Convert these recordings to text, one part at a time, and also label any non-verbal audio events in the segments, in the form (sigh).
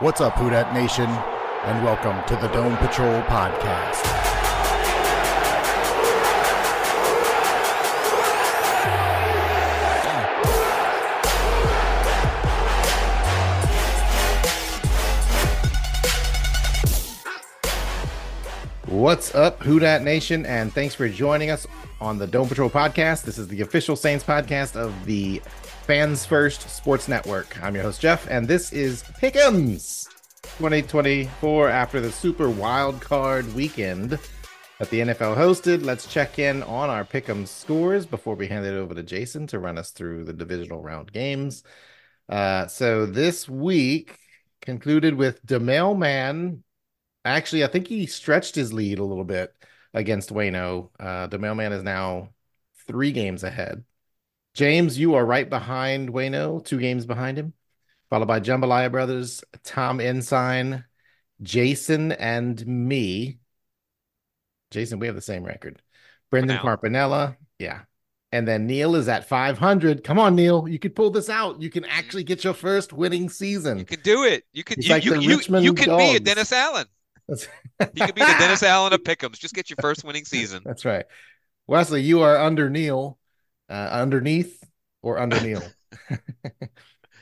What's up, Houdat Nation, and welcome to the Dome Patrol Podcast. What's up, Houdat Nation, and thanks for joining us on the Dome Patrol podcast. This is the official Saints podcast of the Fans First Sports Network. I'm your host, Jeff, and this is Pick'ems 2024 after the super wild card weekend that the NFL hosted. Let's check in on our Pick'ems scores before we hand it over to Jason to run us through the divisional round games. Uh, so this week concluded with DeMail Man Actually, I think he stretched his lead a little bit against Wayno. Uh, the mailman is now three games ahead. James, you are right behind Wayno, two games behind him, followed by Jambalaya Brothers, Tom Ensign, Jason, and me. Jason, we have the same record. Brendan Carpinella, yeah. And then Neil is at 500. Come on, Neil. You could pull this out. You can actually get your first winning season. You can do it. You can, you, like you, you, you, can dogs. be a Dennis Allen. you could be the (laughs) Dennis Allen of Pickums. Just get your first winning season. That's right. Wesley, you are under Neil, uh, underneath or (laughs) under Neil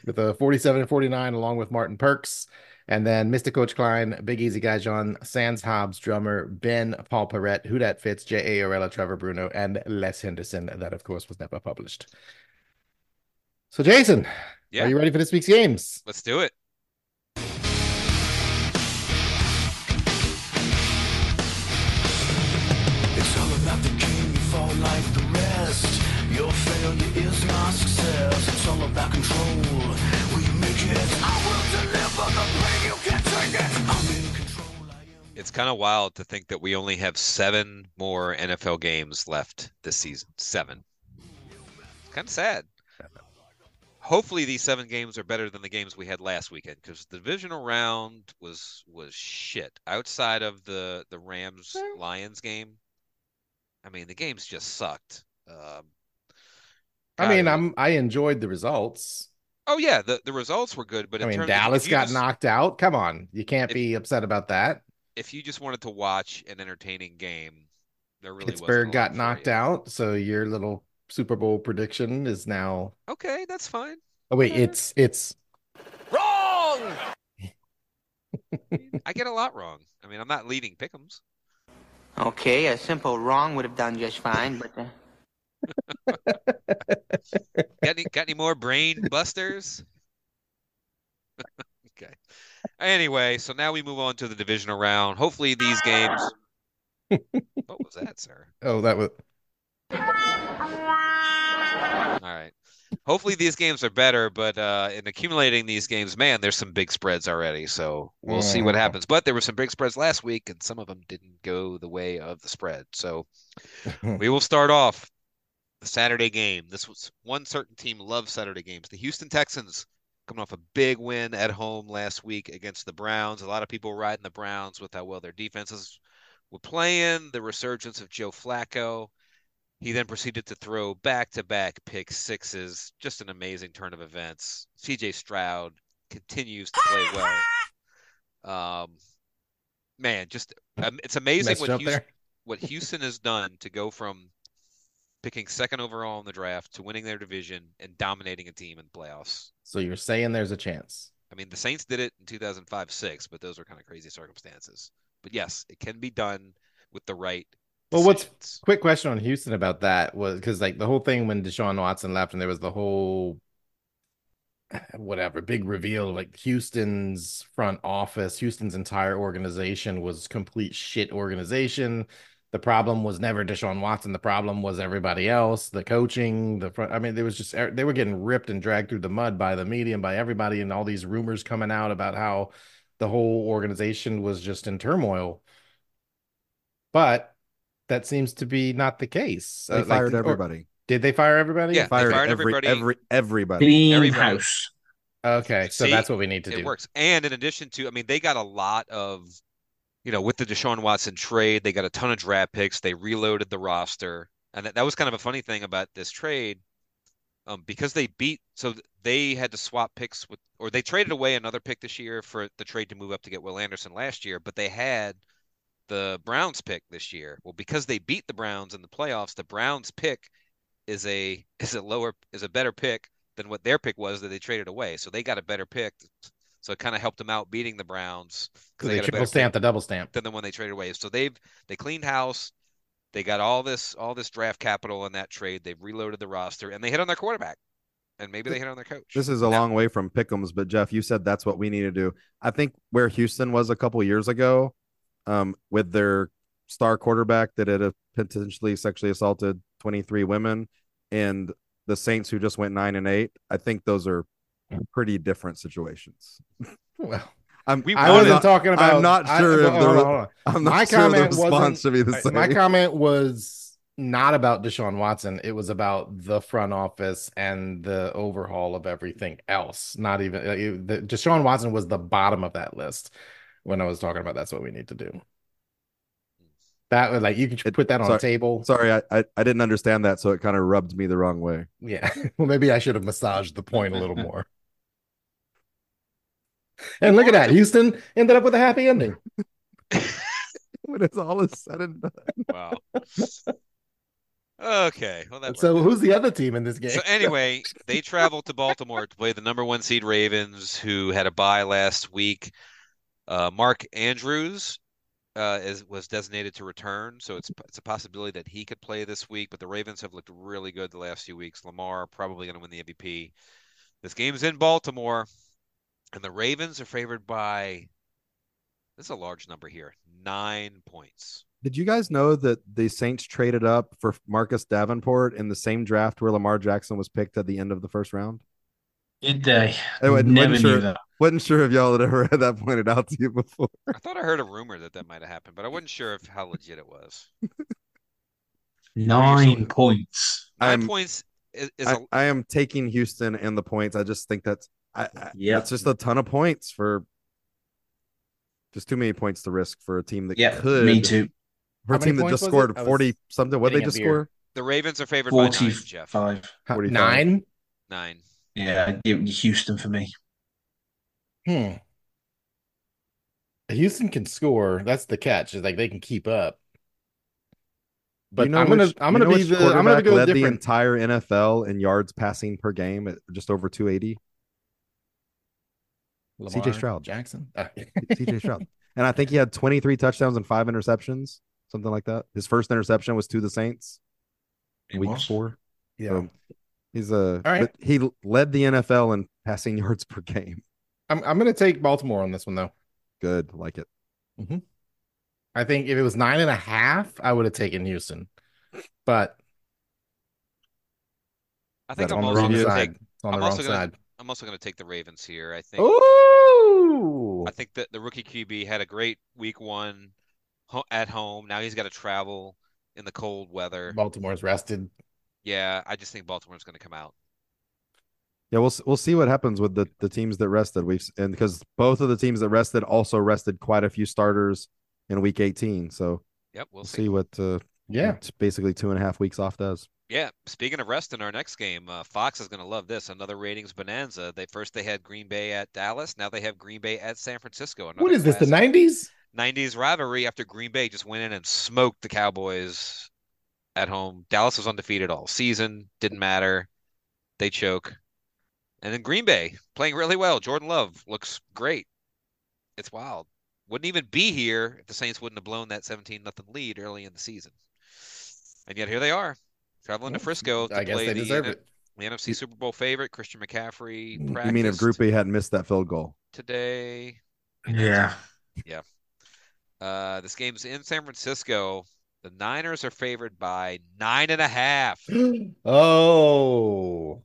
with a 47 and 49, along with Martin Perks. And then Mr. Coach Klein, Big Easy Guy John, Sans Hobbs, drummer Ben Paul Perrette, Who That Fits, J.A. Orella, Trevor Bruno, and Les Henderson. That, of course, was never published. So, Jason, yeah. are you ready for this week's games? Let's do it. It's all about control. It. It's kind of wild to think that we only have seven more NFL games left this season. Seven. Kind of sad. Hopefully, these seven games are better than the games we had last weekend because the divisional round was was shit. Outside of the the Rams Lions game, I mean, the games just sucked. Um, God, I mean, I'm I enjoyed the results. Oh yeah, the, the results were good, but I mean, Dallas got just, knocked out. Come on, you can't if, be upset about that. If you just wanted to watch an entertaining game, there really Pittsburgh got knocked you. out, so your little Super Bowl prediction is now okay. That's fine. Oh wait, it's it's wrong. I get a lot wrong. I mean, I'm not leading Pickums. Okay, a simple wrong would have done just fine, but. The... got, any, got any more (laughs) brain busters? (laughs) okay. Anyway, so now we move on to the divisional round. Hopefully these (laughs) games. what was that, sir? Oh, that was. All right. Hopefully these games are better, but uh, in accumulating these games, man, there's some big spreads already. So we'll yeah. see what happens. But there were some big spreads last week, and some of them didn't go the way of the spread. So we will start off Saturday game. This was one certain team loves Saturday games. The Houston Texans coming off a big win at home last week against the Browns. A lot of people riding the Browns with how well their defenses were playing, the resurgence of Joe Flacco. He then proceeded to throw back to back pick sixes. Just an amazing turn of events. CJ Stroud continues to play well. Um, man, just um, it's amazing what Houston, what Houston has done to go from picking second overall in the draft to winning their division and dominating a team in the playoffs. So you're saying there's a chance? I mean, the Saints did it in 2005 6, but those were kind of crazy circumstances. But yes, it can be done with the right. Well, decisions. what's quick question on Houston about that was because like the whole thing when Deshaun Watson left and there was the whole whatever big reveal like Houston's front office, Houston's entire organization was complete shit organization The problem was never Deshaun Watson. The problem was everybody else, the coaching, the front. I mean, there was just they were getting ripped and dragged through the mud by the media and by everybody, and all these rumors coming out about how the whole organization was just in turmoil. But that seems to be not the case. They Uh, like, fired or- everybody. Did they fire everybody? Yeah. They Fired, fired every, everybody. Every, everybody. Clean Everybody. house. Okay, so See? that's what we need to do. It works. And in addition to, I mean, they got a lot of, you know, with the Deshaun Watson trade, they got a ton of draft picks. They reloaded the roster, and that, that was kind of a funny thing about this trade, um, because they beat. So th- they had to swap picks with, or they traded away another pick this year for the trade to move up to get Will Anderson last year, but they had the Browns pick this year. Well, because they beat the Browns in the playoffs, the Browns pick is a (laughs) is a lower is a better pick than what their pick was that they traded away. So they got a better pick. So it kind of helped them out beating the Browns So because they they got a triple better stamp pick the double stamp. than the one they traded away. So they've they cleaned house. They got all this all this draft capital in that trade. They've reloaded the roster and they hit on their quarterback. And maybe they hit on their coach. This is a Now- long way from Pickums, but Jeff, you said that's what we need to do. I think where Houston was a couple years ago, um, with their star quarterback that had uh, potentially sexually assaulted 23 women and the Saints who just went nine and eight. I think those are pretty different situations. Well, I'm, We- I I I'm wasn't not- talking I'm about. not I- sure if hold on, the- hold on. I'm not sure My the comment wasn't- response should be the I- same. My comment was not about Deshaun Watson. It was about the front office and the overhaul of everything else. Not even uh, it- the, Deshaun Watson was the bottom of that list when I was talking about. That's what we need to do. That was like you can It- put that on sorry- a table. Sorry, I, I I didn't understand that, so it kind of rubbed me the wrong way. Yeah. (laughs) Well, maybe I should have massaged the point a little (laughs) more. And look at that. Houston ended up with a happy ending. (laughs) when it's all is said and done. (laughs) Wow. Okay. Well, that So worked out. who's the other team in this game? So (laughs) anyway, they traveled to Baltimore to play the number one seed Ravens, who had a bye last week. Uh, Mark Andrews uh, is was designated to return, so it's it's a possibility that he could play this week. But the Ravens have looked really good the last few weeks. Lamar probably going to win the MVP. This game's in Baltimore, and the Ravens are favored by. This is a large number here, nine points. Did you guys know that the Saints traded up for Marcus Davenport in the same draft where Lamar Jackson was picked at the end of the first round? It uh, I would- never wasn't knew sure- that. Wasn't sure if y'all had ever (laughs) had that pointed out to you before. I thought I heard a rumor that that might have happened, but I wasn't sure if how legit it was. Nine points. 9 I'm- points is, is I, a, I am taking Houston and the points. I just think that's I, I Yep. it's just a ton of points for just too many points to risk for a team that Yeah, could me too. for a How many team that points just was it? scored I was forty something. What they getting a just beer. score? the Ravens are favored by nine, Jeff. 45. Huh, 45. Nine? Nine. Yeah, I'd give it to Houston for me. Hmm. (laughs) Houston can score. That's the catch. Is like they can keep up. But You know I'm gonna which- I'm you gonna know be which the I'm gonna quarterback go led the different. entire NFL in yards passing per game at just over 280. CJ Lamar Stroud. Jackson. Ah. CJ Stroud. And I think he had 23 touchdowns and five interceptions, something like that. His first interception was to the Saints in It week was. four. Yeah. So he's a All right. but he l- led the NFL in passing (laughs) yards per game. (laughs) I'm I'm gonna take Baltimore on this one though. Mm-hmm. Good. Like it. I think if it was nine and a half, I would have taken Houston. But I think that I'm on the also wrong going to side. take. It's on the I'm wrong also gonna- side. Oh! I'm also going to take the Ravens here. I think. Ooh. I think that the rookie QB had a great week one ho- at home. Now he's got to travel in the cold weather. Baltimore's rested. Yeah, I just think Baltimore's going to come out. Yeah, we'll s- we'll see what happens with the, the teams that rested. We've s- and because both of the teams that rested also rested quite a few starters in week 18. So Yep, we'll we'll see. see what uh, Yeah. what basically two and a half weeks off does. Yeah, speaking of rest in our next game, uh, Fox is going to love this. Another ratings bonanza. They first they had Green Bay at Dallas. Now they have Green Bay at San Francisco. What another is this? The classic. nineties? 90s rivalry after Green Bay just went in and smoked the Cowboys at home. Dallas was undefeated all season, didn't matter. They choke. And then Green Bay playing really well. Jordan Love looks great. It's wild. Wouldn't even be here if the Saints wouldn't have blown that 17 nothing lead early in the season. And yet here they are, traveling to Frisco to I guess play they the, E deserve N- it. the NFC Super Bowl favorite Christian McCaffrey You mean if practiced Groupie hadn't missed that field goal? today. Yeah. Uh, this game's in San Francisco. The Niners are favored by nine and a half. Oh,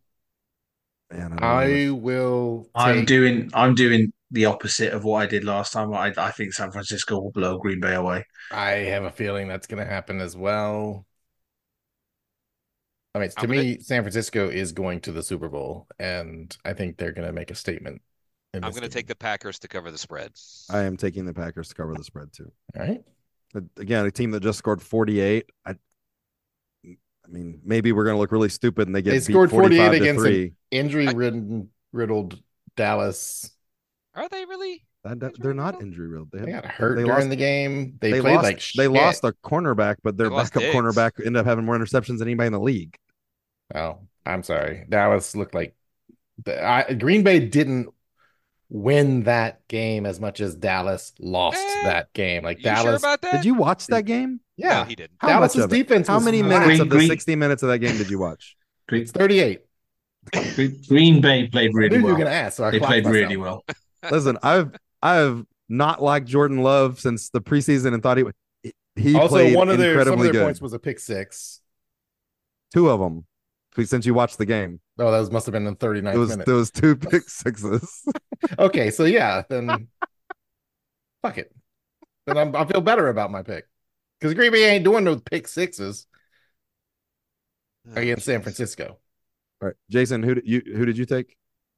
Man, I will. I'm take- doing I'm doing the opposite of what I did last time. I, I think San Francisco will blow Green Bay away. I have a feeling that's going to happen as well. I mean, to I'm gonna- me, San Francisco is going to the Super Bowl, and I think they're going to make a statement. in I'm this going to game. take the Packers to cover the spread. I am taking the Packers to cover the spread too. All right. But Again, a team that just scored 48. I, I mean, maybe we're going to look really stupid and they get They beat scored 48 45 to against three. an injury-ridden, riddled Dallas. Are they really? That- that- they're not injury real. They, They had- got hurt they during lost- the game. They, they played lost, like they shit. lost their cornerback, but their They lost backup Diggs. cornerback ended up having more interceptions than anybody in the league. Oh, I'm sorry. Dallas looked like the, I, Green Bay didn't win that game as much as Dallas lost Eh, that game. Like you sure Dallas, about that? Did you watch that game? yeah, No, he didn't. How Dallas's much of it? defense How was many flat. minutes of the Green- 60 minutes of that game did you watch? Green, It's 38. Green- Green Bay played I knew really you were well. gonna ask, so I They clocked played really myself. well. Listen, I've I've not liked Jordan Love since the preseason and thought he would. He Also, played one of their some of incredibly their good. points was a pick six. Two of them. Since you watched the game, Oh, that was, must have been in 39 it was minutes. those two pick sixes. (laughs) Okay, so yeah, (laughs) then fuck it. Then I'm, I feel better about my pick because Green Bay ain't doing those pick sixes against San Francisco. All right, Jason, who did you who did you take?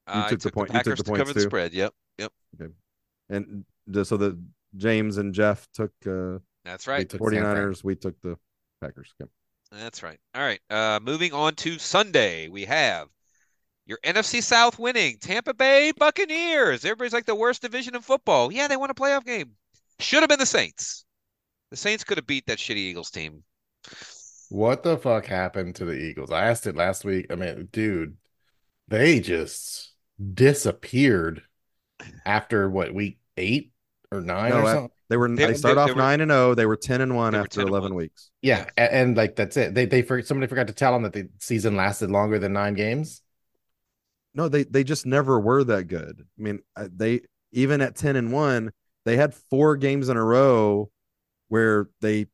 Uh, I took the point- you took Packers the to cover points the too. spread. Yep. Yep. And the, so the James and Jeff took uh, That's right. took San Fran. 49ers. We took the Packers. Okay. That's right. All right. Uh, moving on to Sunday, we have your NFC South winning Tampa Bay Buccaneers. Everybody's like the worst division in football. Yeah, they won a playoff game. Should have been the Saints. The Saints could have beat that shitty Eagles team. What the fuck happened to the Eagles? I asked it last week. I mean, dude, they just disappeared after what week eight or nine No, or I- something. They were They- they, started they- off they were- nine and zero. They were ten and one They were after 10 and eleven one. weeks. Yeah, a- and, like that's it. They they for, somebody forgot to tell them that the season lasted longer than nine games. No, they they just never were that good. I mean, I- they even at ten and one, they had four games in a row where they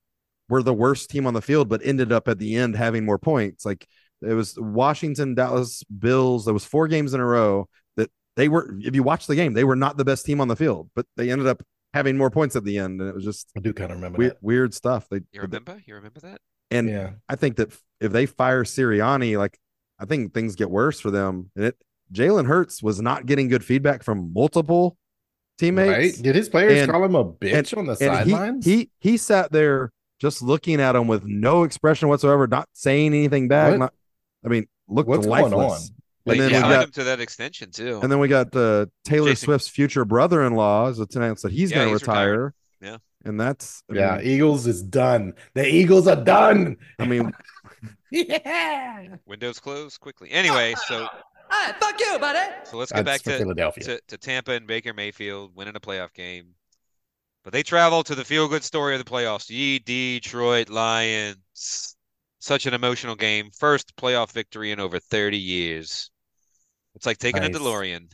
were the worst team on the field, but ended up at the end having more points. Like it was Washington, Dallas, Bills. There was four games in a row that they were. If you watch the game, they were not the best team on the field, but they ended up having more points at the end, and it was just I do kind of remember weird, that. weird stuff. They You remember? You remember that? and yeah, I think that f- if they fire Sirianni, like I think things get worse for them. And it Jalen Hurts was not getting good feedback from multiple right. teammates. Did his players and- call him a bitch on the And sidelines? he, he he sat there just looking at him with no expression whatsoever, not saying anything back. What? not- I mean, looked What's going lifeless. They And then signed we got him to that extension too. and then we got uh, Taylor Jason- Swift's future brother-in-law is announced that he's Yeah, going to he's retired. retire. Yeah. and that's I yeah, mean- Eagles is done. The Eagles are done. I mean, Yeah. Windows closed quickly. Anyway, so Hey, Ah, fuck you, buddy. so let's get back That's for to Philadelphia. to, to Tampa and Baker Mayfield winning a playoff game. But they travel to the feel good story of the playoffs. Ye Detroit Lions. Such an emotional game. First playoff victory in over 30 years. It's like taking Nice. a DeLorean.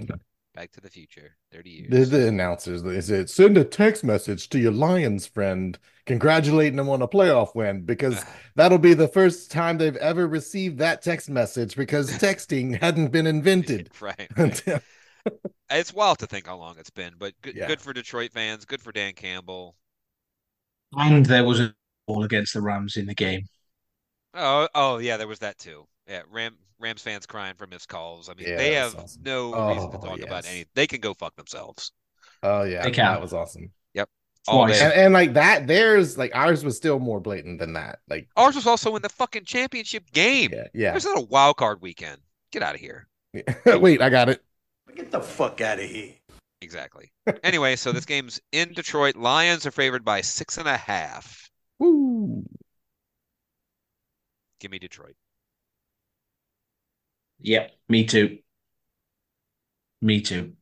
Okay. Back to the future. 30 years. (laughs) The, the announcers they said, send a text message to your Lions friend congratulating them on a playoff win (sighs) because that'll be the first time they've ever received that text (laughs) message because texting hadn't been invented (laughs) Oh, right. right. until it's wild to think how long it's been, but good, Yeah. good for Detroit fans. Good for Dan Campbell. And there was a ball against the Rams in the game. Oh, oh yeah, there was that too. Yeah, Ram Rams fans crying for missed calls. I mean, Yeah, they that have was awesome. no reason to Oh, talk about yes. any. They can go fuck themselves. oh yeah They count. that was awesome All Twice. and, day. and like that theirs like ours was still more blatant than that like Ours was also in the fucking championship game. yeah yeah There's not a wild card weekend. Get out of here. wait I got it Get the fuck out of here. Exactly. Anyway, so this game's in Detroit. Lions are favored by six and a half. Woo. Give me Detroit. Yep, me too. Me too.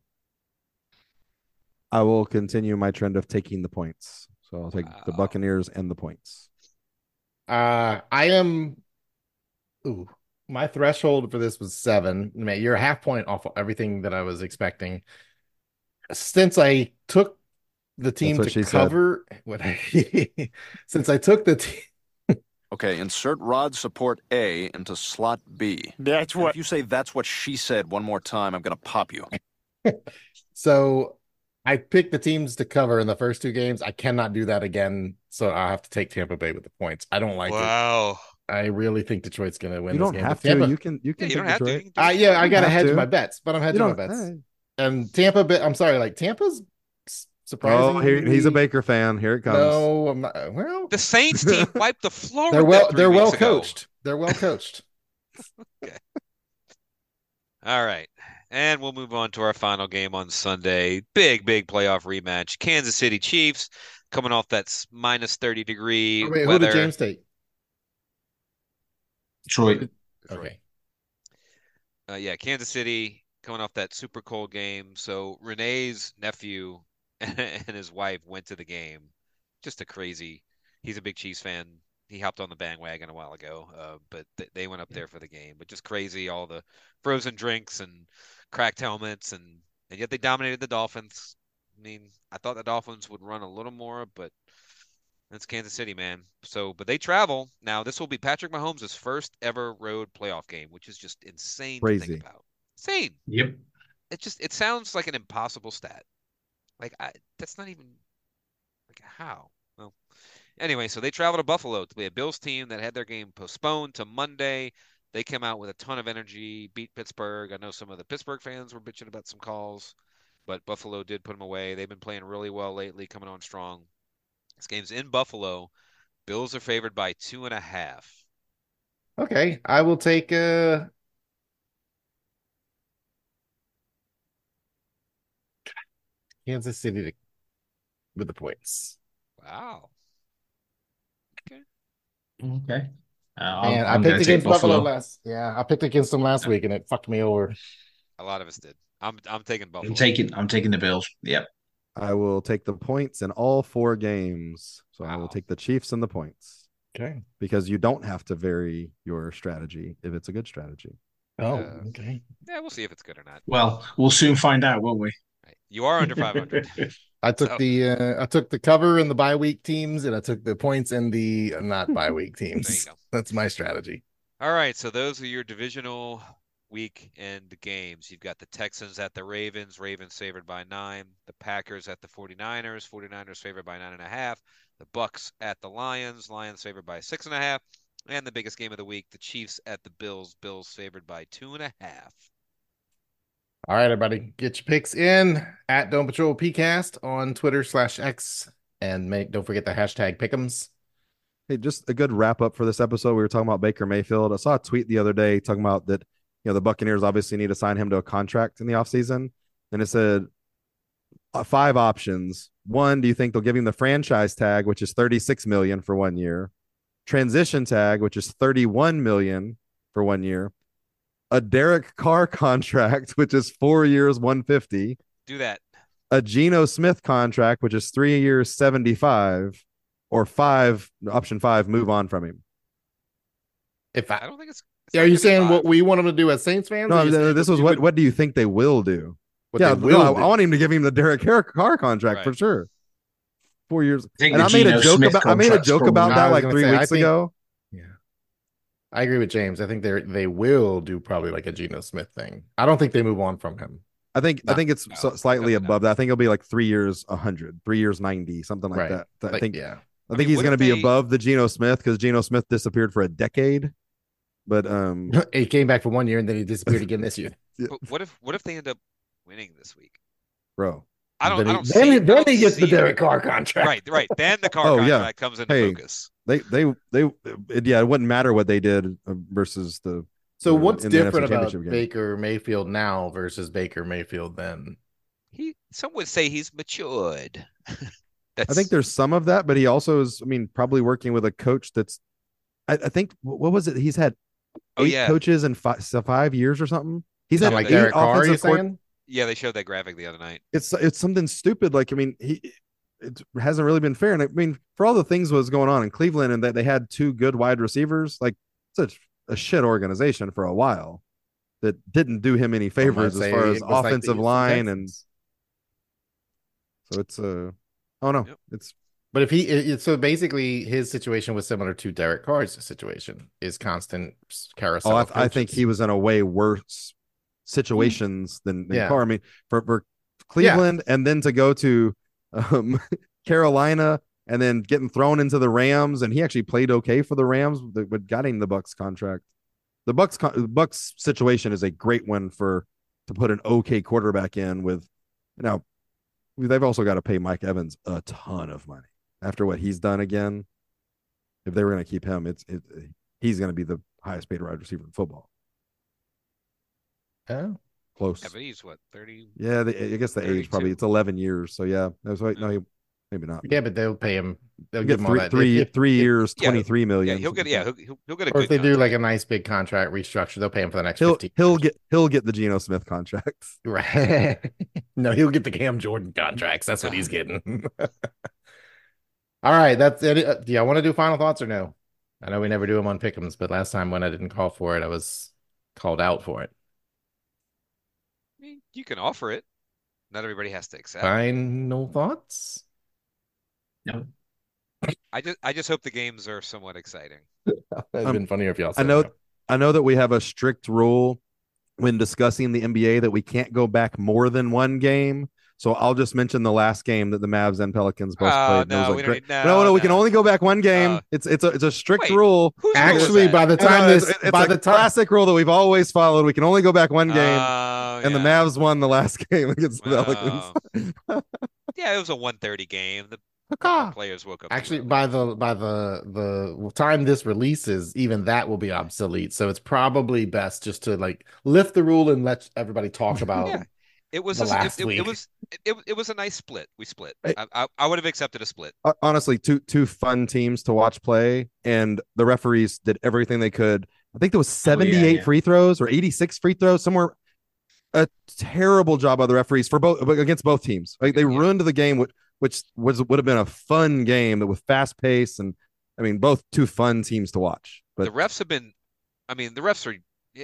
I will continue my trend of taking the points. So I'll take the Wow. Buccaneers and the points. Uh, I am. Ooh, my threshold for this was seven. I mean, you're a half point off of everything that I was expecting. Since I took the team what to she said. cover (laughs) what I (laughs) since I took the team. Okay, insert rod support A into slot B. That's And If you say that's what she said one more time, I'm going to pop you. So I picked the teams to cover in the first two games. I cannot do that again. So I'll have to take Tampa Bay with the points. I don't like it. Wow. I really think Detroit's going to win You this (laughs) don't game. have If to. Tampa- You can. You can. you take don't have to. Detroit. Uh, yeah, I You got to don't have hedge to. my bets, but I'm You hedging my don't- bets. hey. And Tampa, Bay- I'm sorry, like Tampa's s- surprising. Oh, here, he's a Baker fan. Here it comes. No, I'm not. Well, The Saints (laughs) team wiped the floor. they're with them well. three They're well weeks ago. coached. They're (laughs) well coached. All right. And we'll move on to our final game on Sunday. Big, big playoff rematch. Kansas City Chiefs coming off that s- minus 30 degree Wait, who weather. did James take? Detroit. Okay. Uh, yeah, Kansas City coming off that super cold game. So Renee's nephew (laughs) and his wife went to the game. Just a crazy. He's a big Chiefs fan. He hopped on the bandwagon a while ago, uh, but th they went up there for the game. But just crazy, all the frozen drinks and cracked helmets, and and yet they dominated the Dolphins. I mean, I thought the Dolphins would run a little more, but that's Kansas City, man. So, but they travel now. This will be Patrick Mahomes' first ever road playoff game, which is just insane to Crazy. think about. Insane. Yep. It just it sounds like an impossible stat. Like I, that's not even like how. Well, anyway, so they travel to Buffalo to play a Bills team that had their game postponed to Monday. They came out with a ton of energy, beat Pittsburgh. I know some of the Pittsburgh fans were bitching about some calls, but Buffalo did put them away. They've been playing really well lately, coming on strong. This game's in Buffalo. Bills are favored by two and a half. Okay, I will take. Uh, Kansas City to, with the points. Wow. Okay. Uh, Man, I gonna picked take against Buffalo. last. Yeah, I picked against them last week, and it fucked me over. A lot of us did. I'm I'm taking Buffalo. I'm taking. I'm taking the Bills. Yep. I will take the points in all four games. So I will Wow. take the Chiefs and the points Okay. because you don't have to vary your strategy if it's a good strategy. Oh, Uh, okay. Yeah, we'll see if it's good or not. Well, we'll soon find out, won't we? You are under 500. I took so- the uh, I took the cover and the bye week teams, and I took the points and the uh, not bye week There you teams. go. That's my strategy. All right, so those are your divisional weekend games. You've got the Texans at the Ravens, Ravens favored by nine, the Packers at the 49ers, 49ers favored by nine and a half, the Bucks at the Lions, Lions favored by six and a half, and the biggest game of the week, the Chiefs at the Bills, Bills favored by two and a half. All right, everybody, get your picks in at Dome Patrol PCast on Twitter slash X, and make don't forget the hashtag Pickums. Hey, just a good wrap up for this episode. We were talking about Baker Mayfield. I saw a tweet the other day talking about that, you know, the Buccaneers obviously need to sign him to a contract in the offseason. And it said uh, five options. One, do you think they'll give him the franchise tag, which is 36 million for one year? Transition tag, which is 31 million for one year. A Derek Carr contract, which is four years, 150 Do that. a Geno Smith contract, which is three years, 75, or five, option five, move on from him. If I I, don't think it's, it's are not you gonna be saying five. what we want them to do as Saints fans? No, or you th- saying this was you what, would- what do you think they will do? what yeah, they no, will I- do? I want him to give him the Derek Carr, Carr contract Right. for sure. Four years. Take And the I made Geno a joke Smith about I made a contract's joke probably- about No, I that was like gonna three say, I weeks think- ago. I agree with James. I think they they will do probably like a Geno Smith thing. I don't think they move on from him. (laughs) I think I No, think it's no, so- slightly definitely not. above that. I think it'll be like three years, hundred, three years, ninety, something like Right. that. I But think yeah. I I think mean, he's what going to if be they- above the Geno Smith because Geno Smith disappeared for a decade. But um, he came back for one year and then he disappeared again this year. But what if what if they end up winning this week? bro, I don't. Then I he- don't then see, he- I then don't he gets the see it. Derek Carr contract. Right, right. Then (laughs) the car Oh, yeah. contract comes into Hey, focus. they they they it, yeah it wouldn't matter what they did uh, versus the So Yeah, what's in the NFC different about Championship game. Baker Mayfield now versus Baker Mayfield then? He some would say he's matured. (laughs) That's i think there's some of that but he also is i mean probably working with a coach that's i, I think wh- what was it he's had oh eight yeah. coaches in five, five years or something he's had Kinda like eight Derek Carr, you offensive coord- saying? Yeah, they showed that graphic the other night. it's it's something stupid like i mean he it hasn't really been fair and i mean for all the things was going on in cleveland and that they had two good wide receivers like such a shit organization for a while that didn't do him any Some might favors as say far it as was like the offensive Houston line and Texans. So it's uh Oh no, it's But if he, it, it- so basically, his situation was similar to Derek Carr's situation: is constant carousel. Oh, I, of I think coaches. he was in a way worse situations than, than Yeah. Carr. I mean, for, for Cleveland and then to go to um, (laughs) Carolina and then getting thrown into the Rams, and he actually played okay for the Rams, but but got him the Bucks contract. The Bucks con- the Bucks situation is a great one for to put an okay quarterback in with. You know, they've also got to pay Mike Evans a ton of money after what he's done again. If they were going to keep him, it's it, he's going to be the highest paid wide receiver in football. Oh. Close. Yeah, but he's what thirty? Yeah, the, I guess the age probably 32. it's eleven years. So yeah, that's right. No, he, maybe not. Yeah, but they'll pay him. They'll You give get him three, all that. three, If- if- three years, yeah, twenty three Yeah, million. he'll get. Yeah, he'll, he'll, he'll get a good. or if they do like a nice big contract restructure, they'll pay him for the next he'll 15. he'll get he'll get the Geno Smith contract. (laughs) Right. no, he'll get the Cam Jordan contracts. That's what he's getting. (laughs) All right, that's it. Uh, Do y'all want to do final thoughts or no? I know we never do them on Pick'ems, but last time when I didn't call for it, I was called out for it. I mean, you can offer it. Not everybody has to Uh, accept. Final thoughts? No. I just I just hope the games are somewhat exciting. That'd Um, been funnier if y'all I said know no. I know that we have a strict rule when discussing the NBA that we can't go back more than one game. So I'll just mention the last game that the Mavs and Pelicans both Oh, played. and it no, was a we don't great- need- no, no, no, we can no. only go back one game. Uh, it's it's a it's a strict wait, rule. whose rule is Actually, that? by the No, time no, this, it's, it's by a the time, classic rule that we've always followed. We can only go back one game, Oh, and the yeah. Mavs won the last (laughs) game against the Wow. Pelicans. oh. (laughs) Yeah, it was a 1:30 game. The Caw. players woke up. too actually, early. by the by the the time this releases, even that will be obsolete. So it's probably best just to like lift the rule and let everybody talk about (laughs) Yeah. it was the a, it- last it, it week. was it- it, it was a nice split. We split. Hey. I I, I would have accepted a split. Hon- Honestly, two two fun teams to watch play, and the referees did everything they could. I think there was Oh, yeah, seventy eight yeah. free throws or eighty six free throws somewhere. A terrible job by the referees for both against both teams. Like they Yeah. ruined the game, which which was would have been a fun game that with fast pace and I mean both two fun teams to watch. But the refs have been. I mean, the refs are.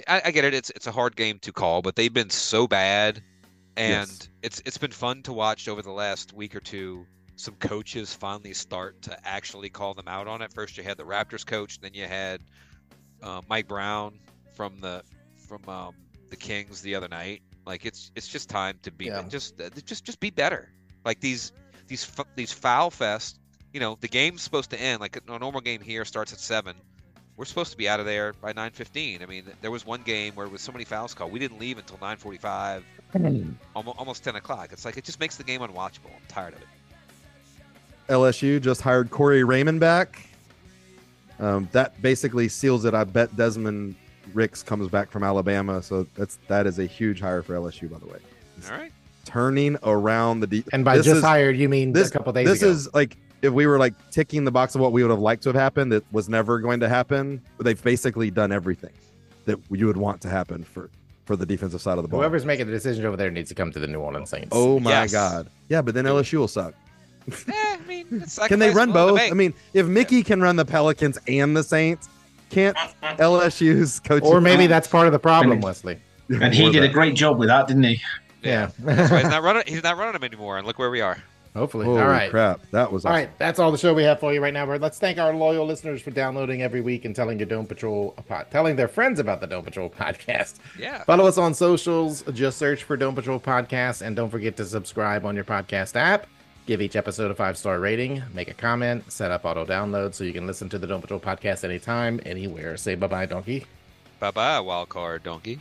I, I get it. It's it's a hard game to call, but they've been so bad, and Yes. it's it's been fun to watch over the last week or two. Some coaches finally start to actually call them out on it. First, you had the Raptors coach, then you had uh, Mike Brown from the from um, the Kings the other night. Like it's it's just time to be Yeah. just uh, just just be better. Like these these f- these foul fest. You know the game's supposed to end like a normal game here starts at seven. We're supposed to be out of there by nine fifteen. I mean there was one game where with so many fouls called, we didn't leave until nine forty five, Hmm. almost almost ten o'clock. It's like it just makes the game unwatchable. I'm tired of it. LSU just hired Corey Raymond back. Um, that basically seals it. I bet Desmond Ricks comes back from Alabama, so that's that is a huge hire for LSU. By the way, All right. turning around the deep And by just hired, you mean this a couple days This ago. is like if we were like ticking the box of what we would have liked to have happened that was never going to happen. They've basically done everything that you would want to happen for for the defensive side of the ball. Whoever's making the decision over there needs to come to the New Orleans Saints. oh my Yes. god, yeah, but then LSU (laughs) will suck. Eh, I mean, it's can they sacrifice willing to run both? make. I mean, if Mickey can run the Pelicans and the Saints, can't LSU's coach? uh, or maybe that's part of the problem, Wesley. And he did a great job with that, didn't he? Yeah. That's why he's not running. He's not running them anymore. And look where we are. Hopefully. Holy all right. crap! That was All awesome. right, that's all the show we have for you right now. Bird. Let's thank our loyal listeners for downloading every week and telling your Dome Patrol pod, telling their friends about the Dome Patrol (laughs) podcast. Yeah. Follow us on socials. Just search for Dome Patrol Podcast and don't forget to subscribe on your podcast app. Give each episode a five star rating, make a comment, set up auto download so you can listen to the Dome Patrol podcast anytime, anywhere. Say bye bye, donkey. Bye bye, wild card donkey.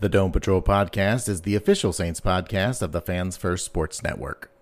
The Dome Patrol podcast is the official Saints podcast of the Fans First Sports Network.